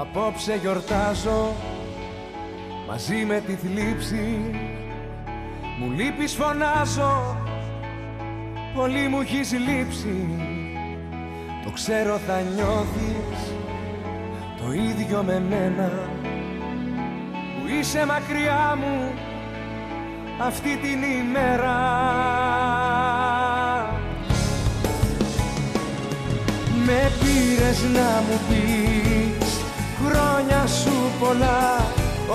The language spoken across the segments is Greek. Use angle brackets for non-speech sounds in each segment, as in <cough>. Απόψε γιορτάζω μαζί με τη θλίψη Μου λείπεις φωνάζω, πολύ μου έχεις λείψει Το ξέρω θα νιώθεις το ίδιο με μένα Που είσαι μακριά μου αυτή την ημέρα με πήρες να μου πεις Χρόνια σου πολλά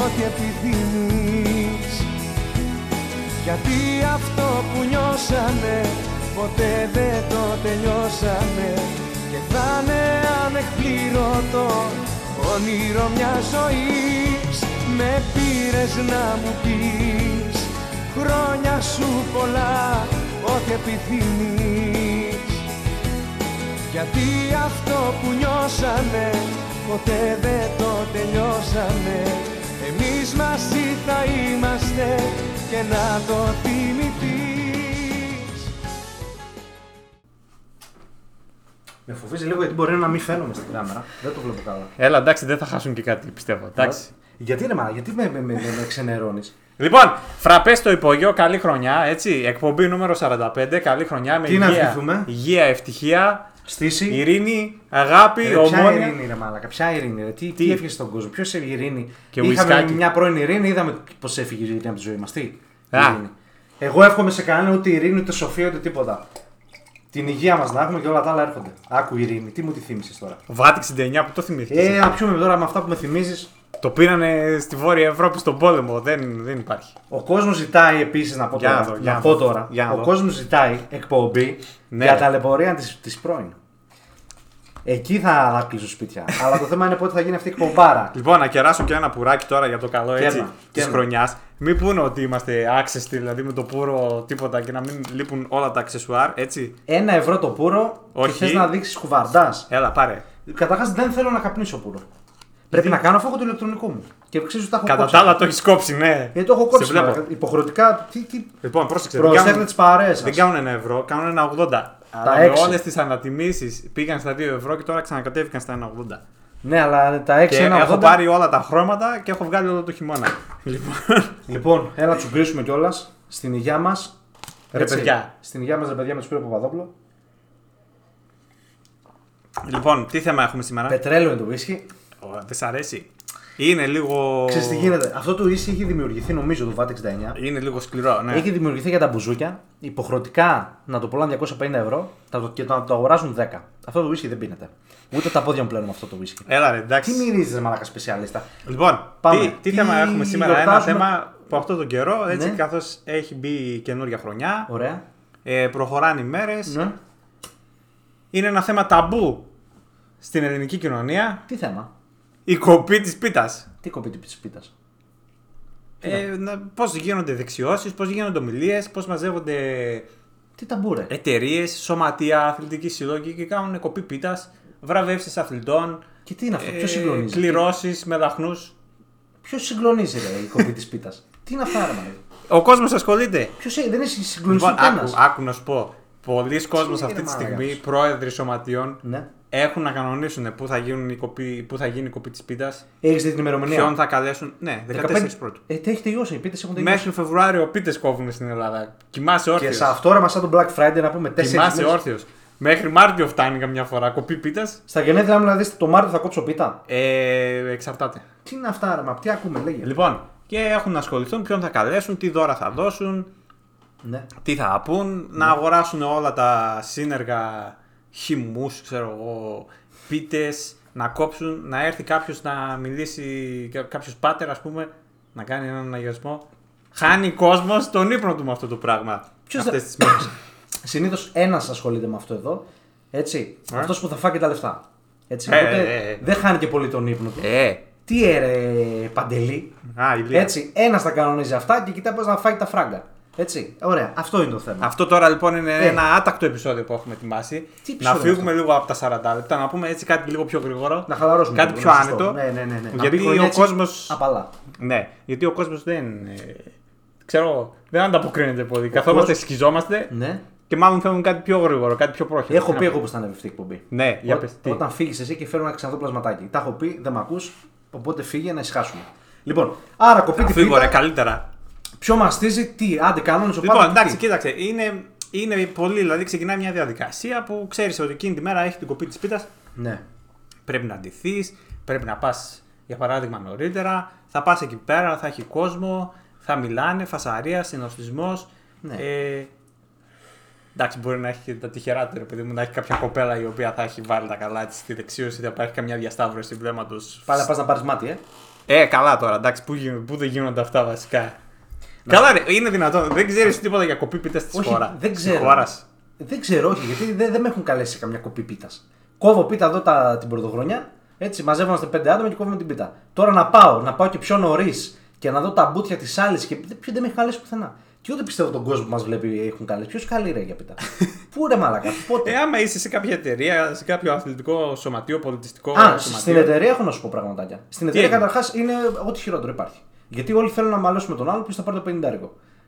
ό,τι επιθυμείς Γιατί αυτό που νιώσαμε Ποτέ δεν το τελειώσαμε Και θα είναι ανεκπλήρωτο Όνειρο μιας ζωής Με πήρες να μου πεις Χρόνια σου πολλά ό,τι επιθυμείς γιατί αυτό που νιώσαμε ποτέ δεν το τελειώσαμε Εμείς μαζί θα είμαστε και να το θυμηθείς Με φοβίζει λίγο γιατί μπορεί να μην φαίνομαι στην κάμερα. Δεν το βλέπω καλά. Έλα, εντάξει, δεν θα χάσουν και κάτι, Ναι. πιστεύω. Εντάξει. Γιατί ρε μάνα, γιατί με, με, με, με ξενερώνεις. Λοιπόν, φραπές στο υπόγειο, καλή χρονιά, έτσι. Εκπομπή νούμερο 45, καλή χρονιά με Τι να ευχηθούμε? υγεία, υγεία, ευτυχία, Στήση. ειρήνη, αγάπη, Ρε, Ε, ποια ομόνια. ειρήνη ρε μάλακα, ποια ειρήνη ρε, τι, τι. Τι? έφυγες στον κόσμο, ποιος έφυγε η ειρήνη. Και Είχαμε ουισκάκι. μια πρώην ειρήνη, είδαμε πως έφυγε η ειρήνη από τη ζωή μας, τι η Α. ειρήνη. Εγώ εύχομαι σε κανένα ούτε ειρήνη, ούτε σοφία, ούτε τίποτα. Την υγεία μας να έχουμε και όλα τα άλλα έρχονται. Άκου ειρήνη, τι μου τη θύμισες τώρα. Βάτη 69 που το θυμήθηκες. Ε, να πιούμε τώρα με αυτά που με θυμίζεις. Το πήρανε στη Βόρεια Ευρώπη στον πόλεμο. Δεν, δεν υπάρχει. Ο κόσμος ζητάει επίσης να πω Για τώρα. να δω, για να να πω δω. τώρα. Για να ο δω. κόσμος ζητάει εκπομπή Ναι. για τα λεπορία τη πρώην. Εκεί θα, θα κλείσω <laughs> σπίτια. Αλλά το θέμα είναι πότε θα γίνει αυτή η εκπομπάρα. Λοιπόν, να κεράσω και ένα πουράκι τώρα για το καλό Κέρνα, έτσι τη κέρνα. χρονιάς. Μην πούνε ότι είμαστε access, δηλαδή με το πουρο τίποτα και να μην λείπουν όλα τα αξεσουάρ, έτσι. Ένα ευρώ το πουρο Όχι. και θες να δείξεις κουβαρντάς. Έλα, πάρε. Καταρχάς δεν θέλω να καπνίσω πουρο. Πρέπει να κάνω φόβο του ηλεκτρονικού μου. Και ξέρεις ότι τα έχω Κατά κόψει. τα άλλα το έχεις κόψει, ναι. Γιατί Ε, το έχω Σε κόψει. βλέπω. μαλάκα. Υποχρεωτικά. Τι, τι... Λοιπόν, πρόσεξε. δεν Προσέχετε κάνουν- τις παρέες Δεν κάνουν ένα ευρώ, κάνουν ένα 80. Αλλά με έξι. όλες τις ανατιμήσεις πήγαν στα 2 ευρώ και τώρα ξανακατέβηκαν στα 1,80. Ναι, αλλά τα 6 Και έχω πάρει όλα τα χρώματα και έχω βγάλει όλο το χειμώνα. <laughs> Λοιπόν. Λοιπόν, έλα τσουγκρίσουμε κιόλας στην υγεία μας. Ρε παιδιά. Στην υγεία μας, ρε παιδιά, με τους Σπύρο Παπαδόπουλο. λοιπόν, τι θέμα έχουμε σήμερα. Πετρέλαιο είναι το whisky. Ω, Δεν σ' αρέσει. Είναι λίγο. Ε. Ξέρεις τι γίνεται. Αυτό το whisky έχει δημιουργηθεί, νομίζω, το VAT 69. Είναι λίγο σκληρό, ναι. Έχει δημιουργηθεί για τα μπουζούκια. Υποχρεωτικά να το πουλάνε 250 ευρώ τα- και το, να το αγοράζουν 10. Αυτό το whisky δεν πίνεται. Ούτε τα πόδια μου πλένουν αυτό το whisky. Έλα, ρε, εντάξει. Τι μυρίζεις, ρε μαλάκα σπεσιαλίστα. Λοιπόν, Πάμε. Τι, τι Τι θέμα έχουμε σήμερα. Ένα γιορτάζουμε? θέμα που αυτό τον καιρό, έτσι, Ναι. καθώς έχει μπει η καινούργια χρονιά, Ωραία. ε, προχωράνε οι μέρες, Ναι. είναι ένα θέμα ταμπού στην ελληνική κοινωνία, Τι θέμα. η κοπή της πίτας. Τι κοπεί της πίτας. Ναι. Ε, να- πώς γίνονται δεξιώσεις, πώς γίνονται ομιλίες, πώς μαζεύονται Τι Ε, ταμπούρε. εταιρείες, σωματεία, αθλητικοί σύλλογοι και κάνουν κοπή πίτας, βραβεύσεις αθλητών, ε, Και τι είναι αυτό, ποιος συγκλονίζει. κληρώσεις με δαχνούς. Ποιος συγκλονίζει, ρε, η κοπή της πίτας. <laughs> τι είναι αυτά, ρε, μαλάκα. Ο κόσμος ασχολείται. Ποιος δεν έχει συγκλονιστεί Λοιπόν, άκου, κανένας. άκου να σου πω. Πολλοί κόσμοι είναι, αυτή τη μαλάκας, στιγμή, σου. πρόεδροι σωματιών, Ναι. έχουν να κανονίσουν πού θα, γίνουν οι κοπή, πού θα γίνει η κοπή της πίτας, Έχεις δει την ημερομηνία. ποιον θα καλέσουν. Ναι, 14 πρώτου. Ε, τι έχει τελειώσει, οι πίτες έχουν τελειώσει. Μέχρι Φεβρουάριο πίτε κόβουν στην Ελλάδα. Κοιμάσαι Και όρθιος. σε αυτό ρε μα σαν τον Black Friday να πούμε 4 Κοιμάσαι μέρες. όρθιος. Μέχρι Μάρτιο φτάνει καμιά φορά. Κοπή πίτας. Στα γενέθλια μου να δεις το Μάρτιο θα κόψω πίτα. Ε, εξαρτάται. Τι είναι αυτά ρε μα, τι ακούμε λέγε. Λοιπόν, και έχουν να ασχοληθούν ποιον θα καλέσουν, τι δώρα θα δώσουν, Ναι. τι θα πούν, να αγοράσουν όλα τα σύνεργα χυμούς, ξέρω εγώ, πίτες, να κόψουν, να έρθει κάποιος να μιλήσει, κα- κάποιος πάτερ ας πούμε, να κάνει έναν αναγιασμό. Χάνει κόσμος τον ύπνο του με αυτό το πράγμα Ποιος αυτές θα- τις μέρες. Συνήθως ένας ασχολείται με αυτό εδώ. Έτσι. Ε. Αυτός που θα φάει και τα λεφτά. Έτσι. Ε, οπότε ε, ε. δεν χάνει και πολύ τον ύπνο του. ε, Τι έρε παντελή. α, η Λία. Έτσι. Ένας τα κανονίζει αυτά και κοιτά πώς να φάει τα φράγκα. Έτσι. Ωραία. Αυτό είναι το θέμα. Αυτό τώρα λοιπόν είναι Ε. ένα άτακτο επεισόδιο που έχουμε ετοιμάσει. Τι επεισόδιο να φύγουμε αυτό? λίγο από τα 40 λεπτά, να πούμε έτσι κάτι λίγο πιο γρήγορο. Να χαλαρώσουμε. Κάτι λίγο, πιο ναι, σωστό. άνετο. Ναι, ναι, ναι. ναι. Να μπει Γιατί χρονιά ο έτσι, κόσμος Απαλά. Ναι, γιατί ο κόσμος δεν. ε, ξέρω, δεν ανταποκρίνεται πολύ. Καθόμαστε, σκιζόμαστε Ναι. Και μάλλον θέλουν κάτι πιο γρήγορο, κάτι πιο πρόχειρο. Έχω Τι πει να εγώ πώ θα ανέβει η εκπομπή. Ναι, για Ό- πες τι. Όταν φύγεις εσύ και φέρω ένα ξανθό πλασματάκι. Τα έχω πει, δεν με ακούς. Οπότε φύγε να ησυχάσουμε. Λοιπόν, άρα κοπεί Να την Φύγω, πίτα. ρε, καλύτερα. Ποιο μαστίζει, τι, άντε κανόνες ο Λοιπόν, Πάπας, εντάξει, τι. κοίταξε. Είναι, είναι πολύ, δηλαδή ξεκινάει μια διαδικασία που ξέρεις ότι εκείνη τη μέρα έχει την κοπή της πίτας. Ναι. Πρέπει να ντυθείς, πρέπει να πας για παράδειγμα νωρίτερα. Θα πας εκεί πέρα, θα έχει κόσμο, θα μιλάνε, φασαρία, συνοστισμός. Ναι. Ε, εντάξει, μπορεί να έχει και τα τυχερά του, ρε παιδί μου, να έχει κάποια κοπέλα η οποία θα έχει βάλει τα καλά της στη δεξίωση, θα υπάρχει καμιά διασταύρωση βλέμματο. Πάλι πας να πάρεις μάτι, ε. Ε, καλά τώρα, εντάξει, πού, γίν- πού δεν γίνονται αυτά βασικά. Καλά, ρε, είναι δυνατόν. Δεν ξέρεις τίποτα για κοπή πίτα τη Ναι. Όχι, χώρας. δεν ξέρω. Χώρας. Δεν ξέρω, όχι, γιατί δεν, δεν με έχουν καλέσει σε καμιά κοπή πίτα. Κόβω πίτα εδώ τα, την πρωτοχρονιά, έτσι μαζεύομαστε πέντε άτομα και κόβουμε την πίτα. Τώρα να πάω, να πάω και πιο νωρίς και να δω τα μπουτια της άλλης και ποιο δεν με έχει καλέσει πουθενά. Και ούτε πιστεύω τον κόσμο που μας βλέπει έχουν καλέσει. Ποιος καλεί ρε για <laughs> πίτα. Πού ρε μαλακά, πότε. Ε, άμα είσαι σε κάποια εταιρεία, σε κάποιο αθλητικό σωματείο, πολιτιστικό Α, στην σωματείο. εταιρεία έχω να σου πω πραγματάκια. Στην εταιρεία έγινε? καταρχάς είναι ό,τι χειρότερο υπάρχει. Γιατί όλοι θέλουν να μαλώσουν με τον άλλο που θα πάρει το 50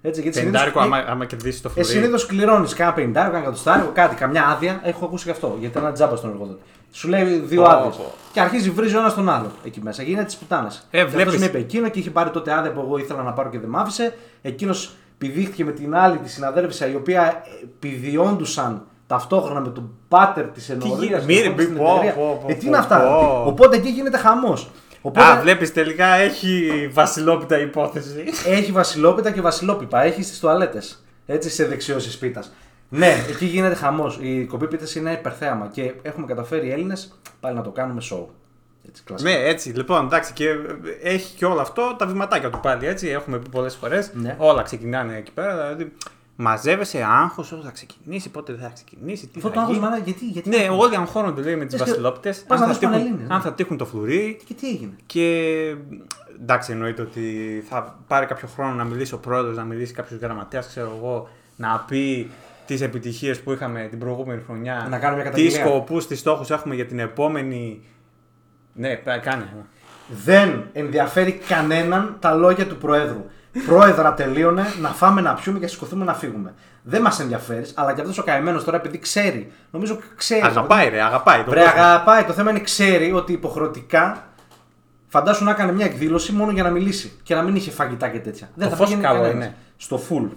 Έτσι, γιατί συνήθως- Πεντάρικο, άμα, άμα κερδίσει το Ε, φουρί. συνήθως κληρώνεις κάνα 50, κάνα 100, κάτι, καμιά άδεια. Έχω ακούσει και αυτό γιατί ήταν τζάμπα στον εργοδότη. Σου λέει δύο Πω, άδειες. πω. Και αρχίζει βρίζει ο ένας τον άλλο εκεί μέσα. Γίνεται τη πουτάνα. Ε, βλέπεις. Αυτό με είπε εκείνο και είχε πάρει τότε άδεια που εγώ ήθελα να πάρω και δεν μ' άφησε. Εκείνος πηδήχτηκε με την άλλη τη συναδέλφισσα η οποία ε, πηδιόντουσαν ταυτόχρονα με τον πάτερ της ενορία. γίνεται, μη- μη- πω, πω, πω, Ε, τι πω, είναι αυτά. πω. Οπότε εκεί γίνεται χαμός. Α, βλέπεις τελικά έχει βασιλόπιτα <laughs> υπόθεση. Έχει βασιλόπιτα και βασιλόπιπα. Έχει στις τουαλέτες. Έτσι σε δεξιώσεις πίτα. Ναι, εκεί γίνεται χαμός. Η κοπή πίτας είναι ένα υπερθέαμα και έχουμε καταφέρει οι Έλληνες πάλι να το κάνουμε show. Έτσι, κλασικά. ναι, έτσι. Λοιπόν, εντάξει, και έχει και όλο αυτό τα βηματάκια του πάλι. Έτσι, έχουμε πει πολλές φορές. Ναι. Όλα ξεκινάνε εκεί πέρα. Δηλαδή, μαζεύεσαι άγχος, όσο θα ξεκινήσει, πότε θα ξεκινήσει. Τι Αυτό το θα άγχος γίνει. μάνα, γιατί, γιατί. Ναι, όλοι αγχώνονται λέει με τις Λες Ε, και βασιλόπιτες. πας να δεις Πανελλήνιες, ναι. αν θα τύχουν το φλουρί. Και τι έγινε. Και εντάξει, εννοείται ότι θα πάρει κάποιο χρόνο να μιλήσει ο πρόεδρος, να μιλήσει κάποιος γραμματέας, ξέρω εγώ, να πει τις επιτυχίες που είχαμε την προηγούμενη χρονιά. Να κάνουμε μια Τις καταγγελία. σκοπούς, τις στόχους έχουμε για την επόμενη. Ναι, πα- κάνε. Δεν ενδιαφέρει κανέναν τα λόγια του Προέδρου. Πρόεδρα, τελείωνε, να φάμε, να πιούμε και να σηκωθούμε να φύγουμε. Δεν μας ενδιαφέρεις, αλλά και αυτός ο καημένος τώρα επειδή ξέρει. Νομίζω ξέρει. Αγαπάει, ρε, αγαπάει. τον Ε, Βρε, κόσμο. αγαπάει. Το θέμα είναι ξέρει ότι υποχρεωτικά φαντάσου να έκανε μια εκδήλωση μόνο για να μιλήσει και να μην είχε φαγητά και τέτοια. Δεν Το θα φως πήγαινε καλό κανένας. είναι. Στο full.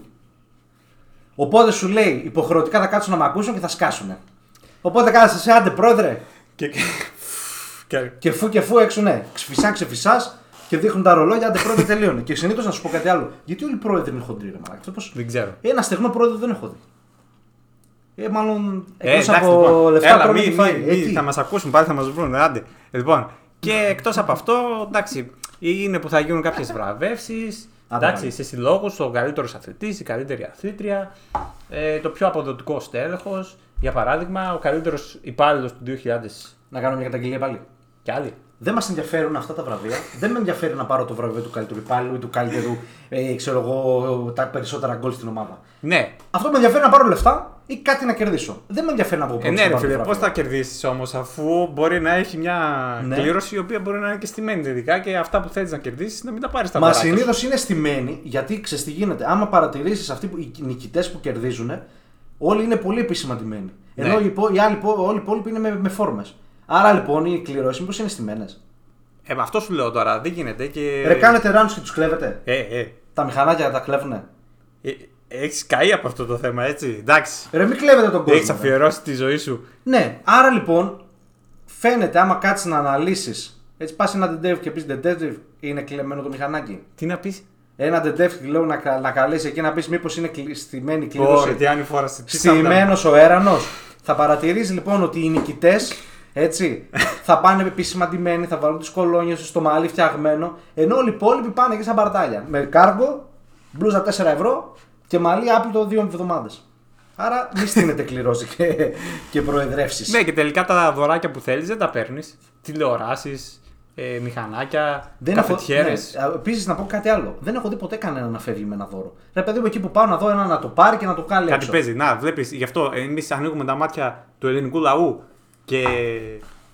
Οπότε σου λέει υποχρεωτικά θα κάτσουν να με ακούσουν και θα σκάσουν. Οπότε κάθεσαι σε άντε πρόεδρε Και- <laughs> και- και φου και φου έξω ναι. Ξεφυσά, ξεφυσάς και δείχνουν τα ρολόγια άντε πρόεδρε τελείωνε. και συνήθως να σου πω κάτι άλλο. Γιατί όλοι οι πρόεδροι είναι χοντροί, ρε μαλάκα. Αυτό πώς- Δεν ξέρω. Ένα στεγνό πρόεδρο δεν έχω δει. Ε, μάλλον Ε, εκτός εντάξει, από λοιπόν. λεφτά Έλα, τρώμε μη, και φάει. μη- Ε, μη, τι. θα μας ακούσουν πάλι, θα μας βρουν. Άντε. Λοιπόν, και εκτός από αυτό, εντάξει, είναι που θα γίνουν κάποιες βραβεύσεις. Άντε, Εντάξει, πάλι. σε συλλόγους, ο καλύτερος αθλητής, η καλύτερη αθλήτρια, ε, το πιο αποδοτικό στέλεχος. Για παράδειγμα, ο καλύτερος υπάλληλος του 2000 Να κάνω μια καταγγελία πάλι. και άλλοι. Δεν μας ενδιαφέρουν αυτά τα βραβεία. Δεν με ενδιαφέρει να πάρω το βραβείο του καλύτερου υπάλληλου ή του καλύτερου, ε, ξέρω εγώ, τα περισσότερα γκολ στην ομάδα. Ναι, Αυτό με ενδιαφέρει να πάρω λεφτά ή κάτι να κερδίσω. Δεν με ενδιαφέρει να βγω ε, πρώτο. ναι, ρε φίλε, πώ θα κερδίσεις όμως, αφού μπορεί να έχει μια Ναι. κλήρωση η οποία μπορεί να είναι και στημένη τελικά και αυτά που θέλεις να κερδίσεις να μην τα πάρεις τα Μα συνήθως είναι στημένοι γιατί ξέρεις τι γίνεται. Άμα παρατηρήσεις αυτοί που, οι νικητές που κερδίζουν, όλοι είναι πολύ επισηματημένοι. Ναι. Ενώ οι, υπό- οι άλλοι, υπό- όλοι οι υπόλοιποι είναι με, με φόρμες. Άρα λοιπόν οι κληρώσει μήπως είναι στημένες. Ε, μα αυτό σου λέω τώρα, δεν γίνεται και. Ρε κάνετε ράνου και τους κλέβετε. Ε, ε, Τα μηχανάκια τα κλέβουνε. Έχεις καεί από αυτό το θέμα, έτσι. Εντάξει. Ρε μην κλέβετε τον κόσμο. ναι. Έχει ρε. αφιερώσει τη ζωή σου. Ναι, άρα λοιπόν φαίνεται άμα κάτσεις να αναλύσεις. Έτσι, πας ένα detective και πεις detective, είναι κλεμμένο το μηχανάκι. Τι να πεις. Ένα detective λέω να, κα- να καλέσει εκεί να πεις μήπως είναι κλει- στημένη η Ωραία, κλήρωση. τι αν φόρασε. Τι σαν Στημένο ο έρανος. Θα παρατηρήσει λοιπόν ότι οι νικητές <laughs> έτσι, θα πάνε επισημαντημένοι, θα βάλουν τις κολόνιες τους στο μαλλί φτιαγμένο. Ενώ όλοι οι υπόλοιποι πάνε εκεί σαν παρτάλια. Με κάργο, μπλούζα 4 ευρώ και μαλλί άπλυτο δύο εβδομάδες. Άρα μη στείνετε κληρώσει και, και προεδρεύσεις. Ναι, και τελικά τα δωράκια που θέλεις δεν τα παίρνεις. Τηλεοράσεις, ε, μηχανάκια, καφετιέρες. ναι, Επίσης, να πω κάτι άλλο. Δεν έχω δει ποτέ κανένα να φεύγει με ένα δώρο. Ρε παιδί μου, εκεί που πάω να δω ένα να το πάρει και να το κάλει Κάτι έξω. παίζει. Να, βλέπεις. Γι' αυτό εμείς ανοίγουμε τα μάτια του ελληνικού λαού και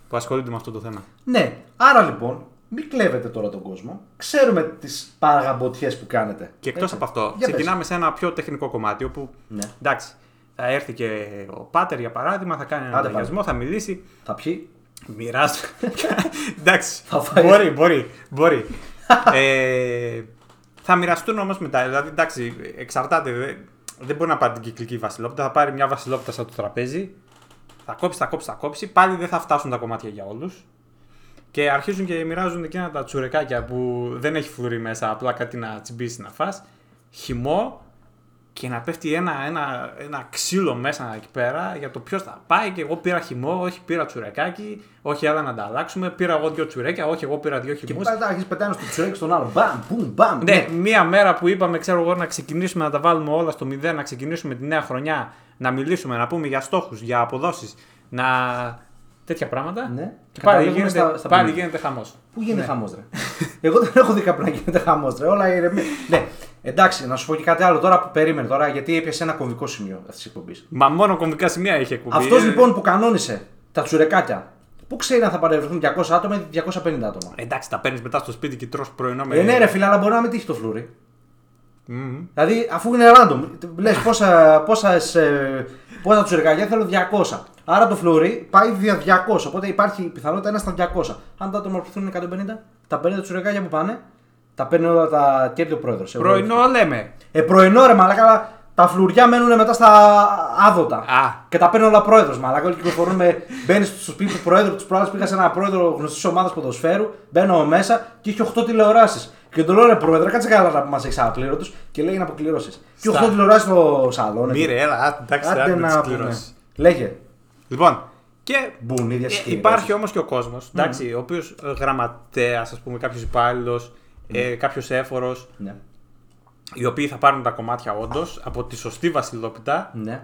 που ασχολούνται με αυτό το θέμα. Ναι, άρα λοιπόν, μην κλέβετε τώρα τον κόσμο. Ξέρουμε τις παραγαμποτιές που κάνετε. Και εκτός Έτσι. από αυτό, Για πες. ξεκινάμε σε ένα πιο τεχνικό κομμάτι όπου. Ναι. Εντάξει. Θα έρθει και ο Πάτερ για παράδειγμα, θα κάνει ένα Άντε, λογαριασμό, θα μιλήσει. Θα πιει. Μοιράζει. Εντάξει. Θα φάει. Μπορεί, μπορεί. μπορεί. ε, θα μοιραστούν όμως μετά. Δηλαδή, εντάξει, εξαρτάται. δε- Δεν μπορεί να πάρει την κυκλική βασιλόπιτα. Θα πάρει μια βασιλόπιτα στο τραπέζι. Θα κόψει, θα κόψει, θα κόψει. Πάλι δεν θα φτάσουν τα κομμάτια για όλους. Και αρχίζουν και μοιράζουν εκείνα τα τσουρεκάκια που δεν έχει φλουρί μέσα. Απλά κάτι να τσιμπήσει να φας. Χυμό, και να πέφτει ένα, ένα, ένα ξύλο μέσα εκεί πέρα για το ποιος θα πάει. Και εγώ πήρα χυμό, όχι πήρα τσουρεκάκι, όχι άλλα να τα αλλάξουμε. Πήρα εγώ δύο τσουρέκια, όχι εγώ πήρα δύο Και χυμούς. μετά αρχίζει πετάνε στο τσουρέκι στον άλλο. Μπαμ, μπούμ, μπαμ. Ναι, μία μέρα που είπαμε, ξέρω εγώ, να ξεκινήσουμε να τα βάλουμε όλα στο μηδέν, να ξεκινήσουμε τη νέα χρονιά, να μιλήσουμε, να πούμε για στόχους, για αποδόσεις, να. τέτοια πράγματα. Ναι. Και πάλι Καταλήγουμε γίνεται, στα- στα πάλι πέντε. γίνεται χαμός. Πού γίνεται ναι. χαμός, ρε. Εγώ δεν έχω δει κάπου να γίνεται χαμός, ρε. Όλα ηρεμία. ναι. Εντάξει, να σου πω και κάτι άλλο τώρα που περίμενε τώρα, γιατί έπιασε ένα κομβικό σημείο αυτής της εκπομπής. Μα μόνο κομβικά σημεία είχε εκπομπή. Αυτός Ε, λοιπόν που κανόνισε τα τσουρεκάκια, πού ξέρει αν θα παρευρεθούν 200 άτομα ή 250 άτομα. Εντάξει, τα παίρνεις μετά στο σπίτι και τρως πρωινό με. Ε, ναι, ρε φίλε, αλλά μπορεί να μην τύχει το φλούρι. Μμμ. Δηλαδή, αφού είναι random, λες πόσα, πόσες, ε, πόσα τσουρεκάκια θέλω 200. Άρα το φλούρι πάει δια 200. Οπότε υπάρχει η πιθανότητα ένα στα 200. Αν τα άτομα πληθούν είναι 150, τα 50 τσουρεκάκια που πάνε, τα παίρνει όλα τα κέρδη ο πρόεδρος. Πρωινό λέμε. Ε, πρωινό ρε μαλάκα, αλλά τα φλουριά μένουν μετά στα άδωτα. Α. Και τα παίρνει όλα πρόεδρος. Μαλάκα, όλοι κυκλοφορούν με. <laughs> Μπαίνεις στο σπίτι του πρόεδρου, τους προάλλες πήγα σε ένα πρόεδρο γνωστής ομάδας ποδοσφαίρου. Μπαίνω μέσα και έχει 8 τηλεοράσεις. Και του λέω ρε πρόεδρε, κάτσε καλά να μας έχεις απλήρωτου και λέει να αποκληρώσεις. Και 8 Στα- τηλεοράσεις στο σαλόνι. Μύρε, έλα, α, εντάξει, Άντε άντε να να πούμε. πληρώσει. Λέγε. Λοιπόν, και Μπουν ίδια ε, συσκευή, υπάρχει όμως και ο κόσμος, ο οποίος γραμματέας, ας πούμε, κάποιος υπάλληλος, ε, κάποιος έφορος, Ναι. οι οποίοι θα πάρουν τα κομμάτια όντως από τη σωστή βασιλόπιτα Ναι.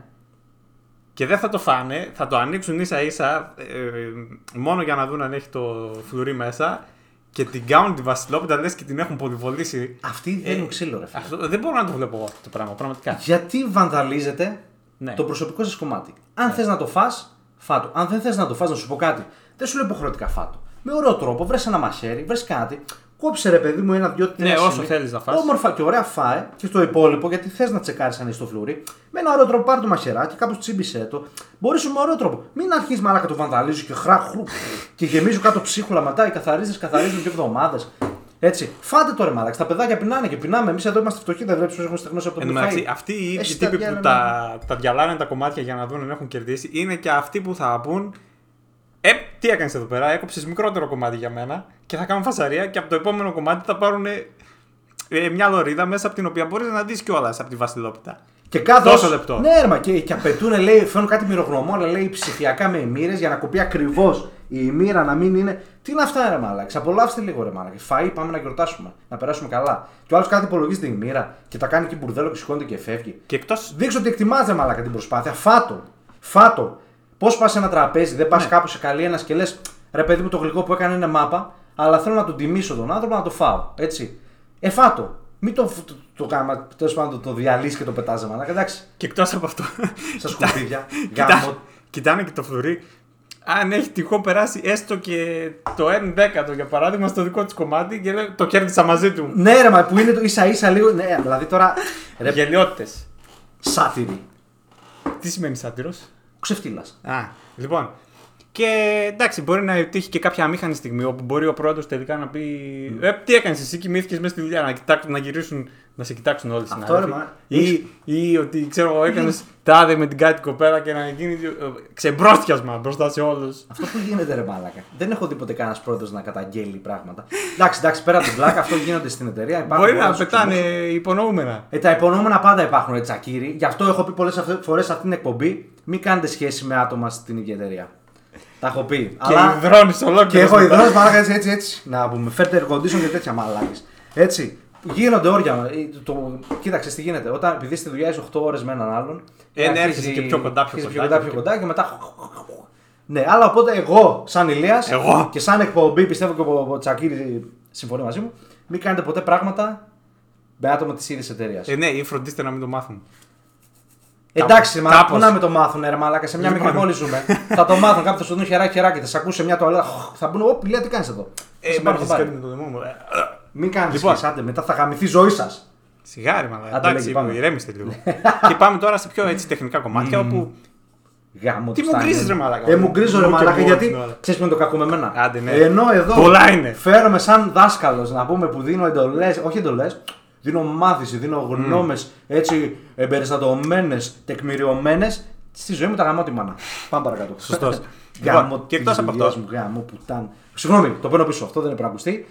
και δεν θα το φάνε, θα το ανοίξουν ίσα ίσα ε, μόνο για να δουν αν έχει το φλουρί μέσα και την κάνουν τη βασιλόπιτα λες και την έχουν πολυβολήσει. Αυτή δεν είναι ξύλο, ρε. φίλε. Αυτό, δεν μπορώ να το βλέπω εγώ αυτό το πράγμα, πραγματικά. Γιατί βανδαλίζετε Ναι. το προσωπικό σα κομμάτι. Αν θες να το φας, φάτο. Αν δεν θες να το φας, να σου πω κάτι. Δεν σου λέω υποχρεωτικά φάτο. Με ωραίο τρόπο, βρες ένα μαχαίρι, βρες κάτι. Κόψε ρε παιδί μου ένα, δυο, τρία. Ναι, όσο σημεία. θέλεις να φας. Όμορφα και ωραία φάε και το υπόλοιπο γιατί θες να τσεκάρεις αν είσαι στο φλουρί. Με ένα ωραίο τρόπο πάρ' το μαχαιράκι, κάπως τσίμπησέ το. Μπορείς με ωραίο τρόπο. Μην αρχίσεις μαλάκα το βανδαλίζεις και χράχρου και γεμίζω κάτω ψίχουλα μετά. Οι καθαρίζεις καθαρίζουν και εβδομάδες. Έτσι, φάτε τώρα μαλάκα. Τα παιδάκια πεινάνε και πεινάμε. Εμείς εδώ είμαστε φτωχοί, δεν βλέπεις πώ έχουμε στεγνώσει από το Εν που τω φάει. μεταξύ, αυτοί οι ίδιοι Εσύ τα τύποι που διάλειμμα. τα, τα διαλάνε τα κομμάτια για να δουν αν έχουν κερδίσει είναι και αυτοί που θα πούν. Ε, τι έκανες εδώ πέρα, έκοψες μικρότερο κομμάτι για μένα και θα κάνουν φασαρία και από το επόμενο κομμάτι θα πάρουν μια λωρίδα μέσα από την οποία μπορείς να δει κιόλα από τη Βασιλόπιτα. Και κάθε Τόσο λεπτό. Ναι, ρε, μα, και, και απαιτούν, λέει, φέρνουν κάτι μυρογνωμό, αλλά λέει ψηφιακά με ημίρε για να κοπεί ακριβώς η μοίρα να μην είναι. Τι είναι αυτά, ρε Μάλαξ. Απολαύστε λίγο, ρε Μάλαξ. Φαΐ, πάμε να γιορτάσουμε, να περάσουμε καλά. Και ο άλλος κάθε υπολογίζει την ημίρα και τα κάνει και μπουρδέλο και σηκώνεται και φεύγει. Και εκτός. Δείξω ότι εκτιμάς, ρε Μάλακα την προσπάθεια. Φάτο. Φάτο. Πώς πας σε ένα τραπέζι, δεν πας Ναι. κάπου σε καλή ένα και λες ρε παιδί μου το γλυκό που έκανε είναι μάπα, αλλά θέλω να τον τιμήσω τον άνθρωπο να το φάω. Έτσι. Ε, φάτο. Μην το, το, το, το, τέλος πάντων, το, διαλύσει και το πετάζει μαλάκα. Εντάξει. Και εκτός από αυτό. Στα σκουπίδια. κοιτά- Γάμο. κοιτάνε και το φλουρί. Αν έχει τυχόν περάσει έστω και το 1 δέκατο για παράδειγμα στο δικό της κομμάτι και λέει, το κέρδισα μαζί του. Ναι, ρε, μα που είναι το ίσα ίσα λίγο. Ναι, δηλαδή τώρα. Ρε, Γελιότητες. σάτυρη. Τι σημαίνει σάτυρος? Ξεφτύλας. Α, λοιπόν. Και εντάξει, μπορεί να τύχει και κάποια αμήχανη στιγμή όπου μπορεί ο πρόεδρος τελικά να πει. Mm. Ε, τι έκανες, εσύ κοιμήθηκες μέσα στη δουλειά. Να, κοιτάξουν, να γυρίσουν, να σε κοιτάξουν όλοι οι Αυτό, συνάδελφοι. ρε, μα. Ή, ή ότι ξέρω εγώ, έκανε τάδε με την κάτι κοπέλα και να γίνει ε, ξεμπρόστιασμα μπροστά σε όλους. Αυτό που γίνεται ρε μάλακα. Δεν έχω δει ποτέ κανένας πρόεδρος να καταγγέλει πράγματα. Εντάξει, εντάξει, πέρα από την πλάκα, αυτό γίνονται στην εταιρεία. υπάρχουν Μπορεί να πολλές πετάνε εξουσίες. υπονοούμενα. Ε, τα υπονοούμενα πάντα υπάρχουν, ρε τσακίρι. Γι' αυτό έχω πει πολλές φορές σε αυτήν την εκπομπή: Μην κάνετε σχέση με άτομα στην ίδια εταιρεία. Τα έχω πει. Και Αλλά... υδρώνεις ολόκληρο. Και έχω ιδρώσει μαλάκα έτσι, έτσι, έτσι. Να πούμε, φέρτε air condition και τέτοια μαλάκες. Έτσι. Γίνονται όρια. Ε, Το... Κοίταξε τι γίνεται. Όταν επειδή στη δουλειά είσαι 8 ώρες με έναν άλλον. Ε, ναι, αρχίζει- έρχεσαι και πιο κοντά, πιο αρχίζεις κοντά πιο κοντά, και- πιο κοντά και μετά. Ναι, αλλά οπότε εγώ, σαν Ηλίας Εγώ. και σαν εκπομπή, πιστεύω και ο- ο Τσακίρη συμφωνεί μαζί μου, μην κάνετε ποτέ πράγματα με άτομα της ίδιας εταιρείας. Ε, ναι, ή φροντίστε να μην το μάθουν. Ε, Εντάξει, μα κάπως. Λοιπόν. πού να με το μάθουν, ρε Μαλάκα, σε μια μικρή πόλη <laughs> ζούμε. θα το μάθουν, κάποιοι θα σου δουν χεράκι, χεράκι, θα σε ακούσε μια τουαλέτα. χ, Θα μπουν, Ωπ, λέει τι κάνεις εδώ. Θα Ε, σε με πάρουν, θα αρχίζει κάτι πάρουν. με το λαιμό μου. Ε, Μην κάνετε Λοιπόν. σχέση, άντε, μετά θα γαμηθεί η ζωή σας. Σιγάρι, μαλάκα. Άντε, Εντάξει, λέγε, πάμε. ηρέμησε <laughs> λίγο. και πάμε τώρα σε πιο έτσι τεχνικά κομμάτια όπου. Γάμο Τι τους μου τα γκρίζεις, είναι. ρε μαλάκα. Ε, μου γκρίζω ρε Μου και μαλάκα εγώ γιατί την ώρα. ξέρει με το κακό με εμένα. Άντε, ναι. Ενώ εδώ Πολλά είναι. φέρομαι σαν δάσκαλος να πούμε που δίνω εντολές, όχι εντολές, δίνω μάθηση, δίνω γνώμες έτσι εμπεριστατωμένες, τεκμηριωμένες. Στη ζωή μου τα γαμώ τη μάνα. Πάμε παρακάτω. Σωστός. <laughs> γαμώ Λοιπόν, και της εκτός από δουλειάς αυτό. Μου, γαμώ πουτάν. Συγγνώμη, το παίρνω πίσω. Αυτό δεν είναι πρέπει να ακουστεί.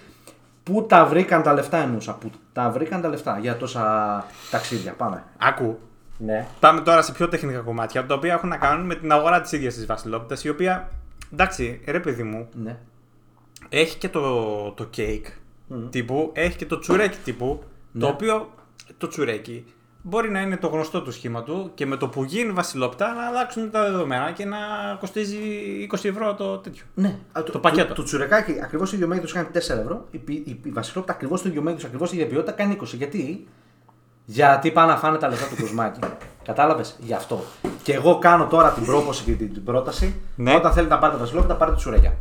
Πού τα βρήκαν τα λεφτά εννοούσα. Πού τα βρήκαν τα λεφτά για τόσα ταξίδια. Πάμε. Άκου. Ναι. Πάμε τώρα σε πιο τεχνικά κομμάτια τα οποία έχουν να κάνουν με την αγορά της ίδιας της Βασιλόπιτας η οποία. Εντάξει, ρε παιδί μου, ναι. έχει και το, το κέικ τύπου, έχει και το τσουρέκι τύπου, Ναι. το οποίο το τσουρέκι μπορεί να είναι το γνωστό του σχήμα του και με το που γίνει βασιλόπιτα να αλλάξουν τα δεδομένα και να κοστίζει 20 ευρώ το τέτοιο. Ναι. Α, Το πακέτο. Το, το τσουρεκάκι ακριβώς το ίδιο μέγεθος κάνει 4 ευρώ. Η, πι- η, η βασιλόπιτα ακριβώς το ίδιο μέγεθος, ακριβώς η ίδια ποιότητα κάνει 20. Γιατί, γιατί πάνε να φάνε τα λεφτά <laughs> του κοσμάκι. Κατάλαβες γι' αυτό. Και εγώ κάνω τώρα την πρόποση και την, την πρόταση. Ναι. Όταν θέλετε να πάρετε βασιλόπιτα, πάρετε τσουρέκια.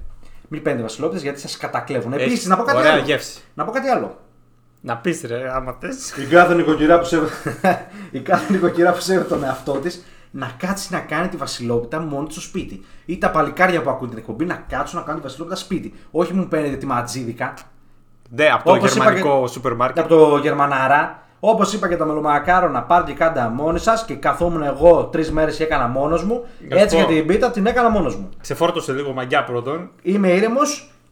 Μην παίρνετε βασιλόπιτε γιατί σας κατακλέβουν. Έχεις Επίσης, να πω κάτι ωραία άλλο. γεύση. Να πω κάτι άλλο. Να πεις ρε, άμα θες. Η κάθε νοικοκυρά που σέβε... <laughs> η κάθε νοικοκυρά που σέβεται τον εαυτό της να κάτσει να κάνει τη βασιλόπιτα μόνη της στο σπίτι. Ή τα παλικάρια που ακούν την εκπομπή να κάτσουν να κάνουν τη βασιλόπιτα σπίτι. Όχι μου παίρνετε τη ματζίδικα. Ναι, από το Όπως είπα Ναι, γερμανικό σούπερ μάρκετ. Από το Γερμαναρά. Όπως είπα και τα μελομακάρονα, πάρτε και κάντα μόνοι σας και καθόμουν εγώ τρεις μέρες και έκανα μόνος μου. Να σου Έτσι για πω. την πίτα την έκανα μόνος μου. Σε φόρτωσε λίγο μαγιά πρώτον. Είμαι ήρεμος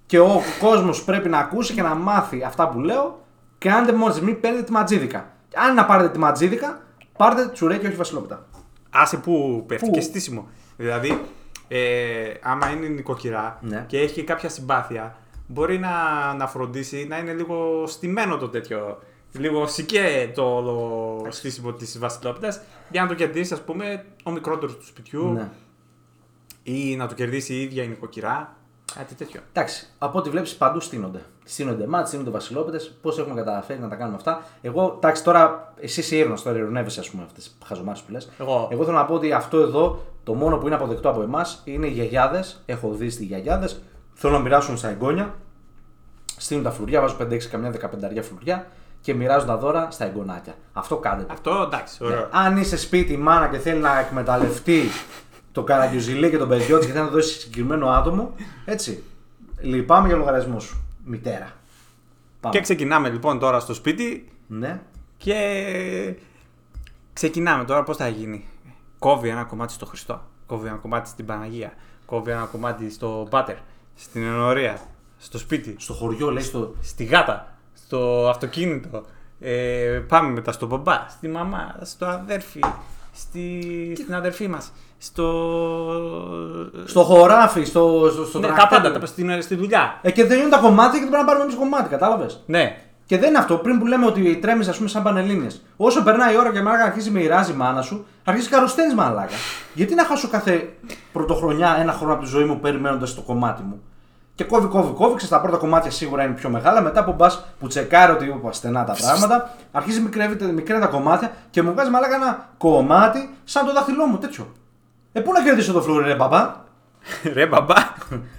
και ο κόσμος πρέπει να ακούσει και να μάθει αυτά που λέω. Κάντε μόνοι σας, μην παίρνετε τη ματζίδικα. Αν να πάρετε τη ματζίδικα, πάρτε τσουρέκι, όχι βασιλόπιτα. Άσε που πέφτει Πού? και στήσιμο. Δηλαδή, ε, άμα είναι νοικοκυρά Ναι. και έχει κάποια συμπάθεια, μπορεί να, να φροντίσει να είναι λίγο στημένο το τέτοιο. Λίγο σικέ το όλο στήσιμο της Βασιλόπιτας για να το κερδίσει, ας πούμε, ο μικρότερος του σπιτιού Ναι. ή να το κερδίσει η ίδια η νοικοκυρά. Κάτι τέτοιο. Εντάξει, από ό,τι βλέπεις παντού στείνονται. Στείνονται μάτ, στείνονται βασιλόπιτες. Πώς έχουμε καταφέρει να τα κάνουμε αυτά. Εγώ, εντάξει, τώρα εσύ είσαι ήρνο, τώρα ειρωνεύεσαι, ας πούμε, αυτές τις χαζομάρες που λες. Εγώ. Εγώ θέλω να πω ότι αυτό εδώ το μόνο που είναι αποδεκτό από εμάς είναι οι γιαγιάδες. Έχω δει στις γιαγιάδες. Θέλω να μοιράσουν στα εγγόνια. Στείνουν τα φλουριά, βάζουν 5-6 καμιά 15 φλουριά και μοιράζουν τα δώρα στα εγγονάκια. Αυτό κάνετε. Αυτό εντάξει, Ναι. ωραίο. Αν είσαι σπίτι η μάνα και θέλει να εκμεταλλευτεί το καραγκιουζιλί και τον παιδιό της και θέλει να το δώσει σε συγκεκριμένο άτομο, έτσι. Λυπάμαι για λογαριασμό σου. Μητέρα. Πάμε. Και ξεκινάμε λοιπόν τώρα στο σπίτι Ναι. Και ξεκινάμε τώρα πώς θα γίνει. Κόβει ένα κομμάτι στο Χριστό, κόβει ένα κομμάτι στην Παναγία, κόβει ένα κομμάτι στο Πάτερ, στην Ενωρία, στο σπίτι, Στο χωριό λέει στο. στη γάτα, στο αυτοκίνητο. Ε, πάμε μετά στον μπαμπά, στη μαμά, στο αδέρφι, στη, στην αδερφή μας, στο... Στο χωράφι, στο. στο, στο Ναι, τα τρακτέρ. πάντα, τα, στην, στη δουλειά. Ε, και τελειώνουν τα κομμάτια και δεν πρέπει να πάρουμε εμείς κομμάτι, κατάλαβες. Ναι, <laughs> Και δεν είναι αυτό. Πριν που λέμε ότι τρέμεις, ας πούμε, σαν πανελίνε. Όσο περνάει η ώρα και μαλάκα αρχίζει μοιράζει η μάνα σου, αρχίζει καροσταίνει μαλάκα. Γιατί να χάσω κάθε πρωτοχρονιά ένα χρόνο από τη ζωή μου περιμένοντας το κομμάτι μου. Και κόβει, κόβει, κόβει. Ξέρεις, τα πρώτα κομμάτια σίγουρα είναι πιο μεγάλα. Μετά που μπας που τσεκάρει ότι είπα στενά τα πράγματα, αρχίζει μικρεύεται, μικραίνει τα κομμάτια και μου βγάζει μαλάκα ένα κομμάτι σαν το δάχτυλό μου τέτοιο. Ε, πού να κερδίσω το φλουρί, ρε μπαμπά. ρε μπαμπά.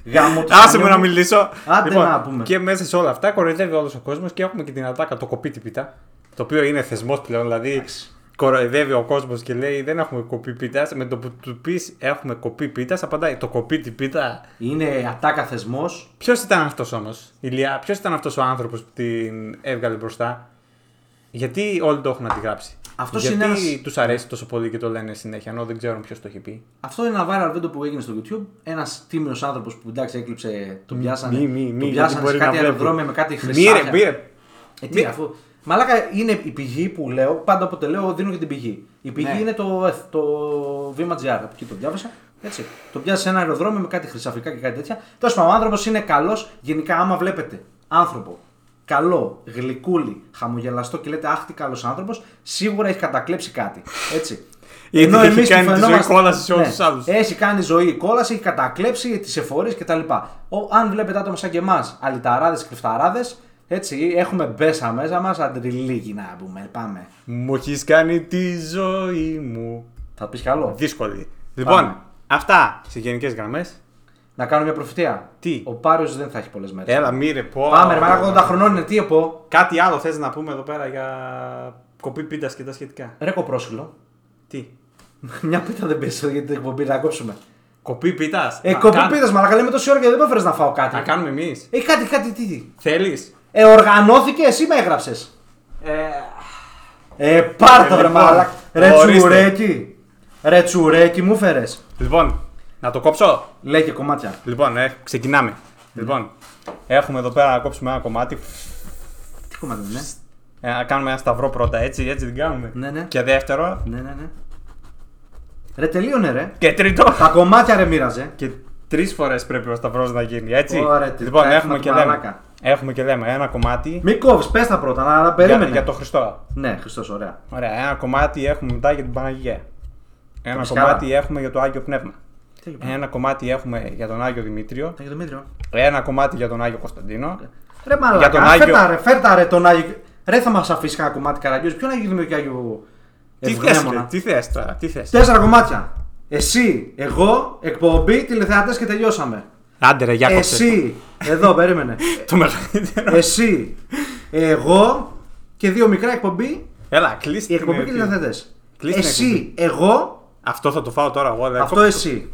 Γάμο το Άσε σημείο μου να μιλήσω. Λοιπόν, Άντε να πούμε. Και μέσα σε όλα αυτά κοροϊδεύει όλος ο κόσμος και έχουμε και την ατάκα το κοπίτι πίτα. Το οποίο είναι θεσμός πλέον. Δηλαδή κοροϊδεύει ο κόσμος και λέει Δεν έχουμε κοπεί πίτα. Με το που του πεις Έχουμε κοπεί πίτα, απαντάει Το κοπίτι πίτα. Είναι ατάκα θεσμός. Ποιος ήταν αυτός όμως, Ηλιά, ποιος ήταν αυτός ο άνθρωπος που την έβγαλε μπροστά. Γιατί όλοι το έχουν αντιγράψει. Αυτός Γιατί είναι ένας- τους αρέσει τόσο πολύ και το λένε συνέχεια, ενώ δεν ξέρουν ποιος το έχει πει. Αυτό είναι ένα viral βίντεο που έγινε στο YouTube. Ένας τίμιος άνθρωπος που εντάξει έκλειψε, τον πιάσανε. μη, μη, μη, τον γιατί Ναι. πιάσανε σε μπορεί να κάτι βλέπει. αεροδρόμια με κάτι χρυσά. Μύρε, πήρε. Ε, τι, μη- αφού... Μαλάκα είναι η πηγή που λέω, πάντα όποτε λέω δίνω και την πηγή. Η πηγή Ναι. είναι το, το βήμα.gr, από εκεί το διάβασα. Έτσι. Το πιάσει σε ένα αεροδρόμιο με κάτι χρυσαφικά και κάτι τέτοια. Τέλος πάντων, ο άνθρωπος είναι καλός. Γενικά, άμα βλέπετε άνθρωπο καλό, γλυκούλη, χαμογελαστό και λέτε Αχ, τι καλός άνθρωπος, σίγουρα έχει κατακλέψει κάτι. Έτσι. Ήδη έχει εμείς κάνει που τη ζωή φαινόμαστε- Ναι. κόλαση σε όλους τους άλλους. έχει κάνει ζωή η κόλαση, έχει κατακλέψει τις εφορίες κτλ. Ο- Αν βλέπετε άτομα σαν και εμάς, αλυταράδες, κρυφταράδε, έτσι έχουμε μπέσα μέσα μας, αντριλίγη να πούμε. Πάμε. Μου έχεις κάνει τη ζωή μου Θα πεις καλό. Δύσκολη. Λοιπόν, Πάμε. αυτά σε γενικές γραμμές. Να κάνω μια προφητεία. Τι? Ε, Ο Πάριος δεν θα έχει πολλές μέρες. Έλα, μύρε, πω. Πάμε, ρε μαλάκα, 80 χρονών είναι, τι επό. Κάτι άλλο θες να πούμε εδώ πέρα για κοπή πίτα και τα σχετικά. Ρε κοπρόσιλο. <laughs> Τι. Μια πίτα δεν πέσει γιατί την εκπομπή να κόψουμε. Κοπή πίτα. Ε, κοπή πίτα, μαλάκα, λέμε τόση ώρα και δεν με έφερες να φάω κάτι. Να κάνουμε εμείς. Ε, κάτι, κάτι, τι. τι. Θέλεις. Ε, οργανώθηκε, εσύ με έγραψες. Ε, πάρ' το Ε, ρε λοιπόν, μαλάκα. Ρε ορίστε. τσουρέκι. Ρε τσουρέκι μου φέρες. Λοιπόν, να το κόψω. Λέει και κομμάτια. Λοιπόν, ε, ξεκινάμε. Λοιπόν, έχουμε εδώ πέρα να κόψουμε ένα κομμάτι. Τι κομμάτια ναι. είναι. Ε, να κάνουμε ένα σταυρό πρώτα, έτσι, έτσι την κάνουμε. Ναι, ναι. Και δεύτερο. Ναι, ναι, ναι. Ρε τελείωνε ρε. Και τρίτο. Τα κομμάτια ρε μοίραζε. Και τρεις φορές πρέπει ο σταυρός να γίνει, έτσι. Ωραία, τι λοιπόν, τα έχουμε έχουμε και, του λέμε, μαλάκα. έχουμε και λέμε ένα κομμάτι Μη κόβεις, πες τα πρώτα, να, να για, περίμενε. για το Χριστό. Ναι, Χριστός, ωραία. Ωραία, ένα κομμάτι έχουμε μετά για την Παναγία. Ένα Φυσικά. κομμάτι έχουμε για το Άγιο Πνεύμα. Τι έγινε, ε, Ένα κομμάτι έχουμε για τον Άγιο Δημήτριο. για τον Μήτριο. Ένα κομμάτι για τον Άγιο Κωνσταντίνο. Ε, Ρε μαλάκα, Για τον Άγιο- φέρτα ρε, φέρτα ρε τον Άγιο. Ρε θα μας αφήσει κανένα κομμάτι καραγκιόζης. Ποιον Άγιο Δημήτριο και Άγιο Τι θες, ε, Ευγνώμονα. Ε, ρε, τι θες τώρα, τι θες. Τέσσερα κομμάτια. Εσύ, εγώ, εκπομπή, τηλεθεατές και τελειώσαμε. Άντε ρε, για κόψε. Εσύ, Ε, εδώ περίμενε. <laughs> Το μεγαλύτερο. <laughs> Εσύ, εγώ και δύο μικρά εκπομπή, Έλα, κλείστε η την εκπομπή και επί- τηλεθεατές. Κλείστε την Εσύ, εγώ, Αυτό θα Ε, το φάω τώρα εγώ, δεν αυτό κόψω. εσύ.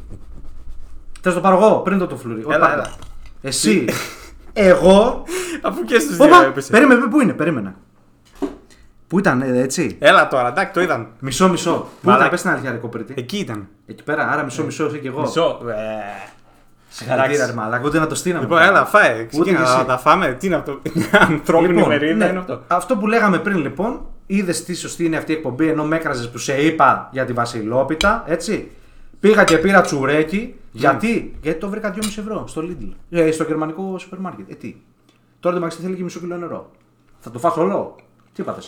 Θες το πάρω εγώ, πριν το το φλουρί. Όχι, Έλα, πάρ' το. έλα. Εσύ, <laughs> εγώ, Αφού και στους δύο Όπα, έπεσε. περίμενε, πού είναι, περίμενα. Πού ήταν, ε, έτσι. Έλα τώρα, εντάξει, το είδαν. Μισό, μισό. Πού Μαλάκα. ήταν, πες την αλήθεια, ρε κοπρίτη. Εκεί ήταν. Εκεί πέρα, άρα μισό, μισό, εσύ και εγώ. Ε, Μισό. Ε, Συγχαρητήρια, εντάξει. ρε μαλάκα, ούτε να το στείναμε. Λοιπόν, έλα, φάε. και Ξεκίνα, να εσύ. τα φάμε. Τι είναι αυτό. Ανθρώπινη Λοιπόν, μερίδα ναι, είναι αυτό. που λέγαμε πριν λοιπόν, είδες τι σωστή είναι αυτή η εκπομπή ενώ με έκραζες που σε είπα για τη Βασιλόπιτα, έτσι. Πήγα και πήρα Ναι. τσουρέκι. Γιατί? Γιατί το βρήκα 2,5 ευρώ στο Lidl. Ε, στο γερμανικό σούπερ μάρκετ. Ε, τι. Τώρα το μαξί θέλει και μισό κιλό νερό. Θα το φας όλο. Τι είπατε.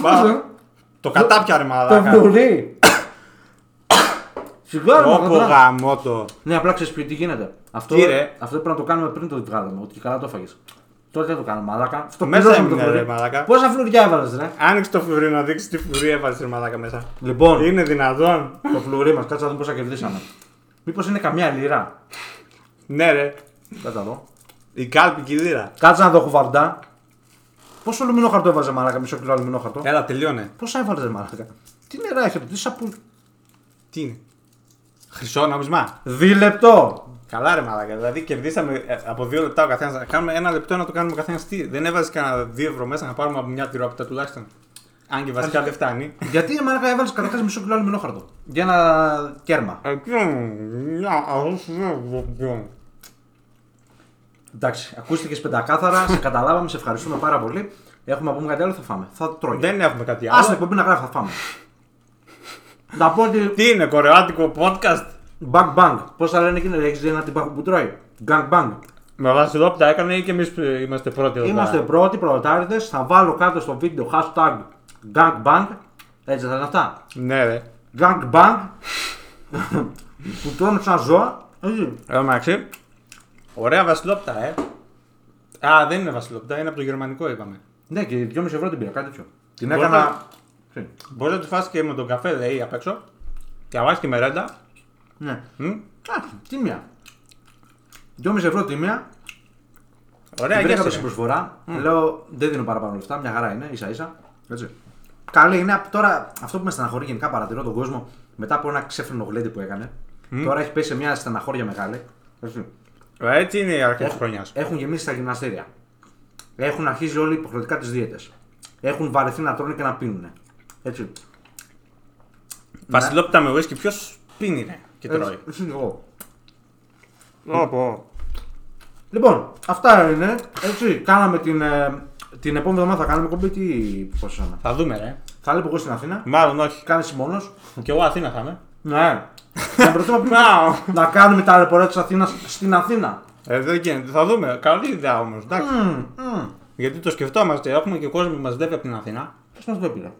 Μα, Το κατάπια ρε μαλάκα. Το βουλή. Σιγά ρε, Όπο μαλάκα. γαμώ το. Ναι, απλά ξέρεις τι γίνεται. Αυτό, Τι, ρε? αυτό πρέπει να το κάνουμε πριν το βγάλουμε. Ότι καλά το έφαγες. Τότε δεν το κάνουμε, μαλάκα. Αυτό Μέσα πληρώσαμε το έμεινε, ρε, φλουρί. μαλάκα. Πόσα φλουριά έβαλες, ρε. Άνοιξε το φλουρί να δείξει τι φλουρί έβαλες ρε μαλάκα μέσα. Λοιπόν, Είναι δυνατόν. το φλουρί μας, κάτσε να δούμε πόσα κερδίσαμε. Μήπως είναι καμιά λίρα. Ναι, ρε. Δεν τα δω. Η κάλπη και η λίρα. Κάτσε να δω χουβαρντά. Πόσο αλουμινό χαρτό έβαζε, μαλάκα, μισό κιλό αλουμινό χαρτό. Έλα, τελειώνε. Πόσα έβαλες, μαλάκα. Τι νερά έχετε, τι σαπού. Τι είναι. Χρυσό νομισμά. Δίλεπτο. Καλά, ρε μαλάκα. Δηλαδή κερδίσαμε ε, από δύο λεπτά ο καθένας. Κάνουμε ένα λεπτό να το κάνουμε ο καθένας τι. Δεν έβαζες κανένα δύο ευρώ μέσα να πάρουμε από μια τυρόπιτα τουλάχιστον. Αν και βασικά δεν φτάνει. Γιατί η μαλάκα έβαλες καταρχά μισό κιλό αλουμινό χαρτό. Για ένα κέρμα. Εντάξει, ακούστηκες πεντακάθαρα, σε καταλάβαμε, σε ευχαριστούμε πάρα πολύ. Έχουμε να πούμε κάτι άλλο, θα φάμε. Θα τρώγει. Δεν έχουμε κάτι Ας την άλλο. εκπομπή να γράφει, θα φάμε. να πω ότι. Τι είναι, κορεάτικο podcast. Bang bang. Πώς θα λένε εκείνοι, έχεις δει ένα τυπάκο που τρώει. Gang bang. Με βασιλόπιτα έκανε ή και εμείς είμαστε πρώτοι εδώ. Είμαστε πέρα. πρώτοι πρωτάριδε. Θα βάλω κάτω στο βίντεο hashtag gang bang. Έτσι θα είναι αυτά. Ναι, ρε. Gang bang. <laughs> που τρώνε σαν ζώα. Έτσι. Εδώ μεταξύ. Ωραία βασιλόπιτα, ε. Α, δεν είναι βασιλόπιτα, είναι από το γερμανικό είπαμε. Ναι, και 2,5 ευρώ την πήρα, κάτι τέτοιο. Την Μπορείς έκανα. Μπορείς να τη φας και με τον καφέ, λέει απ' έξω. Και να βάζεις και μερέντα. Ναι. Μμ. Εντάξει, τίμια. 2,5 ευρώ τίμια. Ε, Ωραία, Την βρήκα γεύση. σε προσφορά. Λέω δεν δίνω παραπάνω λεφτά, μια χαρά είναι, ίσα ίσα. Έτσι. Καλή είναι. Απ' Τώρα αυτό που με στεναχωρεί γενικά παρατηρώ τον κόσμο μετά από ένα ξέφρενο γλέντι που έκανε. Τώρα έχει πέσει σε μια στεναχώρια μεγάλη. Έτσι. ρε. Έτσι είναι η Ε, αρχή της χρονιάς. Έχουν γεμίσει τα γυμναστήρια. Έχουν αρχίσει όλοι υποχρεωτικά τις δίαιτες. Έχουν βαρεθεί να τρώνε και να πίνουν. Έτσι. ναι. Βασιλόπιτα με ουίσκι, ποιος πίνει ρε, και Έτσι. τρώει. Έτσι, Ε, εγώ. Όπω. Λοιπόν, αυτά είναι. Έτσι. Κάναμε την. ε, την επόμενη εβδομάδα θα κάνουμε κομπή. Τι. Πώς θα Θα δούμε, ρε. Θα λέω εγώ στην Αθήνα. Μάλλον όχι. Κάνεις μόνο. Κι εγώ Αθήνα θα είμαι. Ναι. Να μπροστά πριν <laughs> Πάω. να κάνουμε τα ρεπορέ της Αθήνας στην Αθήνα. Ε, δεν γίνεται. Θα δούμε. Καλή ιδέα όμως. Μμμ, μμμ. Γιατί το σκεφτόμαστε. Έχουμε και κόσμο που μας βλέπει από την Αθήνα. Πες μας το έπειρα.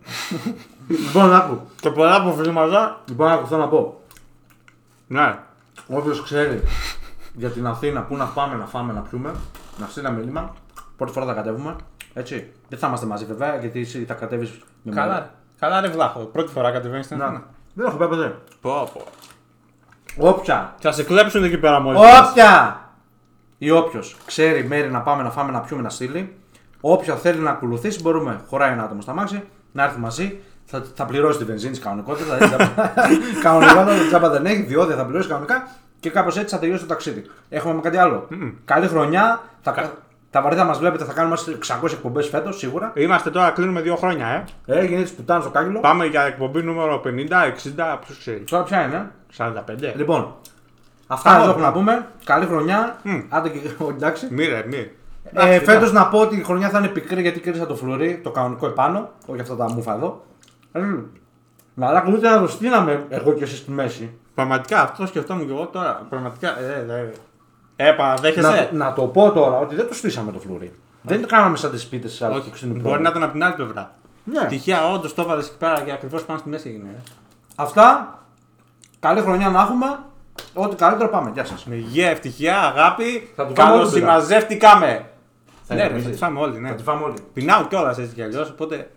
<laughs> λοιπόν, άκου. Και πολλά από φίλου μα εδώ. Λοιπόν, άκου, θέλω να πω. Ναι. Όποιος ξέρει για την Αθήνα, πού να πάμε, να φάμε, να πιούμε, να στείλει ένα μήνυμα. Πρώτη φορά θα κατέβουμε. Έτσι. Δεν θα είμαστε μαζί, βέβαια, γιατί εσύ θα κατέβεις με Καλά. μένα. Ναι. ρε. Καλά ρε βλάχο. Πρώτη φορά κατεβαίνεις στην Να. Αθήνα. Δεν έχω πάει ποτέ. Πω, πω. Όποια. Θα σε κλέψουν εκεί πέρα μόλι. Όποια! Ή όποιος ξέρει μέρη να πάμε να φάμε, να πιούμε, να στείλει. Όποια θέλει να ακολουθήσει, μπορούμε. Χωράει ένα άτομο στα μάξι, να έρθει μαζί. Θα, θα πληρώσει τη βενζίνη της κανονικότητα. Δηλαδή, τζάμπα- κανονικά δεν τζάμπα δεν έχει, διόδια θα πληρώσει κανονικά. Και κάπως έτσι θα τελειώσει το ταξίδι. Έχουμε με κάτι άλλο. Καλή χρονιά. Θα, τα βαρύ θα μας βλέπετε, θα κάνουμε μας 600 εκπομπές φέτος σίγουρα. Είμαστε τώρα, κλείνουμε δύο χρόνια, ε. Έγινε της πουτάνας στο κάγκελο. Πάμε για εκπομπή νούμερο 50, 60, ποιος ξέρει. Τώρα ποια είναι. ε? 45. Λοιπόν, αυτά Πάμε. εδώ έχουμε να πούμε. Καλή χρονιά. Μμ. Άντε και <laughs> εντάξει. Μύρε, μύρε. Ε, Φέτο να πω ότι η χρονιά θα είναι πικρή γιατί κέρδισα το φλουρί, το κανονικό επάνω, όχι αυτά τα μουφα εδώ. Μμμ. Μαλάκα, ούτε να το στείλαμε εγώ και εσύ στη μέση. Πραγματικά αυτό σκεφτόμουν και εγώ τώρα. Πραγματικά. Ε, ε, ε, παραδέχεσαι. Να, να, το πω τώρα ότι δεν το στήσαμε το φλουρί. Δεν το κάναμε σαν τις πίτε της άλλης Όχι, μπορεί να ήταν από την άλλη πλευρά. Ναι. Τυχαία, όντως το έβαλες εκεί πέρα και ακριβώς πάνω στη μέση έγινε. ε. Αυτά. Καλή χρονιά να έχουμε. Ό,τι καλύτερο πάμε. Γεια σας. Με υγεία, ευτυχία, αγάπη. Θα του φάμε Καλώς όλοι πίτα. συμμαζεύτηκαμε. Θα ναι, ρε, ηρεμήσεις. θα τη φάμε όλοι. Ναι. Θα τη φάμε όλοι. Πεινάω κιόλας έτσι κι αλλιώς, οπότε